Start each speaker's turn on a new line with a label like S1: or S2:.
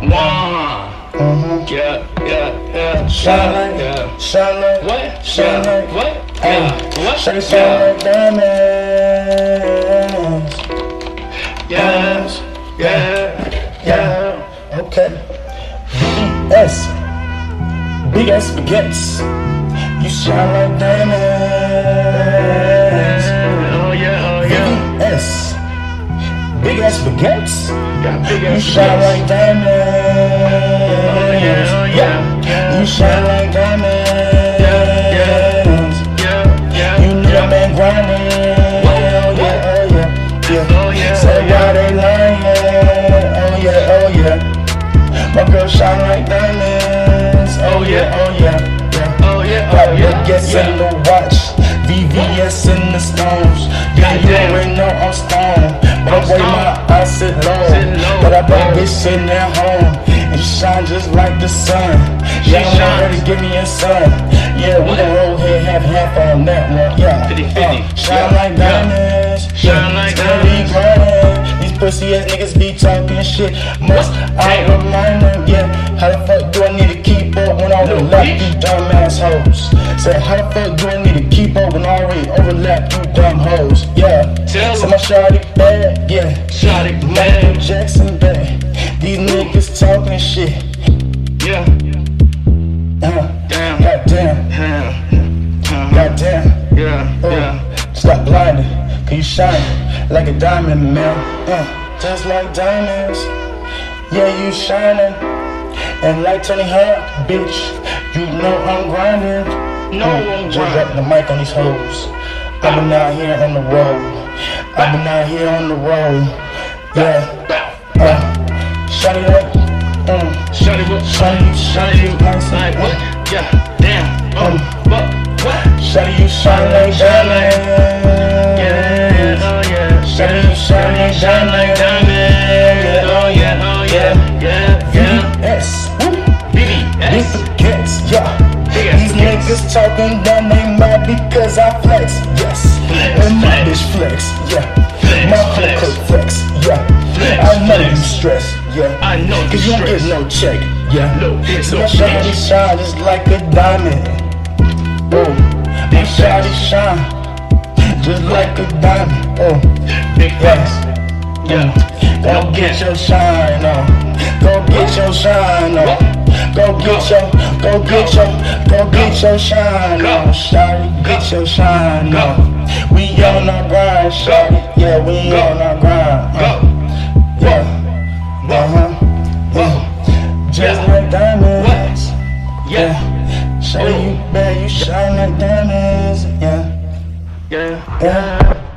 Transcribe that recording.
S1: Nah.
S2: Uh-huh.
S1: Yeah, yeah, yeah.
S2: Shine
S1: yeah, yeah.
S2: like, shine like,
S1: What?
S2: shine
S1: Yeah.
S2: like,
S1: What? Yeah. What?
S2: Shine,
S1: Yeah.
S2: shine like diamonds.
S1: Yes. Yeah. Yeah.
S2: Yeah. Okay. BS. Big ass baguettes. You shine like diamonds.
S1: Oh yeah, oh yeah.
S2: BS. Big ass baguettes.
S1: Got big
S2: You
S1: ass
S2: shine
S1: shit.
S2: like diamonds.
S1: Oh, yeah, yeah.
S2: You shine like
S1: Yeah,
S2: diamonds.
S1: Yeah, yeah,
S2: You know I've
S1: yeah.
S2: been grinding.
S1: What?
S2: Oh yeah, oh yeah, yeah.
S1: Oh yeah,
S2: Say
S1: oh
S2: why
S1: yeah.
S2: they lying? Oh yeah, oh yeah. My girl shine like diamonds. Oh yeah, oh yeah, yeah.
S1: Oh yeah, oh
S2: Got the
S1: yeah.
S2: guess in
S1: Yeah.
S2: the watch. VVS in the stones. Yeah, you
S1: Goddamn.
S2: ain't know I'm stoned. But
S1: I'm
S2: wait,
S1: stoned.
S2: my eyes sit low.
S1: Sit low.
S2: But I brought
S1: Yeah.
S2: this shit at home. And shine just like the sun.
S1: She
S2: Y'all want her
S1: shines.
S2: to give me a sun. Yeah, we
S1: What?
S2: can roll here, have half on that one. Yeah.
S1: 50-50.
S2: Uh, shine
S1: Yeah.
S2: like
S1: Yeah.
S2: diamonds.
S1: Shine like
S2: Steady
S1: diamonds.
S2: grindin'. These pussy ass niggas be talking shit. Must I
S1: Damn.
S2: remind them? Yeah. How the fuck do I need to keep up when I
S1: Little
S2: overlap
S1: bitch.
S2: you dumb assholes? Say, how the fuck do I need to keep up when I already overlap you dumb hoes? Yeah.
S1: Tell
S2: so
S1: 'em.
S2: my shawty bad, yeah.
S1: Shot it,
S2: Michael
S1: man.
S2: Jackson bad. These niggas talking shit.
S1: Yeah.
S2: Uh,
S1: Damn.
S2: goddamn,
S1: Damn. Uh-huh.
S2: goddamn.
S1: Yeah, yeah.
S2: Uh, stop blinding, cause you shine like a diamond, man. Uh, just like diamonds, yeah, you shining. And like Tony Hawk, bitch, you know I'm grinding.
S1: No, I'm
S2: Just drop
S1: grinding.
S2: the mic on these hoes. I've been out here on the road. I've been out here on the road. Yeah,
S1: Bow.
S2: uh, shut it up. Mm.
S1: Shot it, what?
S2: Shut it, shut it, nice
S1: Like what? Yeah. Damn. Um. What? What?
S2: Shawty, you shine like
S1: Oh, Yeah.
S2: diamonds.
S1: Oh yeah.
S2: uh, Shawty, you shine like shine like diamonds.
S1: Oh yeah. Oh yeah. Yeah. Yeah.
S2: Yes. These
S1: BBS.
S2: forgets, yeah.
S1: Big ass
S2: These
S1: forgets.
S2: niggas talking down they mad because I flex, yes.
S1: Flex,
S2: and my
S1: flex.
S2: bitch flex, yeah.
S1: Flex,
S2: my whole
S1: flex.
S2: clique flex,
S1: Flex,
S2: yeah. I know you
S1: flex.
S2: stressed, yeah.
S1: I know you
S2: Cause you don't get
S1: stressed.
S2: no check, yeah.
S1: No, it's
S2: So
S1: no
S2: my shawty
S1: check.
S2: shine just like a diamond. Oh, my
S1: Big
S2: shawty
S1: facts.
S2: shine just like a diamond. Oh,
S1: Big
S2: yes.
S1: facts. Yeah.
S2: Go
S1: No
S2: get
S1: cap.
S2: your shine on. Go get your shine on. Go get your, go get your, go get your shine on. Shawty, get your shine on. We on our grind, shawty. Yeah, we on our grind.
S1: Go.
S2: Uh, yeah. Uh huh. Yeah. Just like
S1: What?
S2: diamonds.
S1: Yeah.
S2: Yeah. Shawty, you bad, you shine like diamonds. Yeah.
S1: Yeah.
S2: Yeah.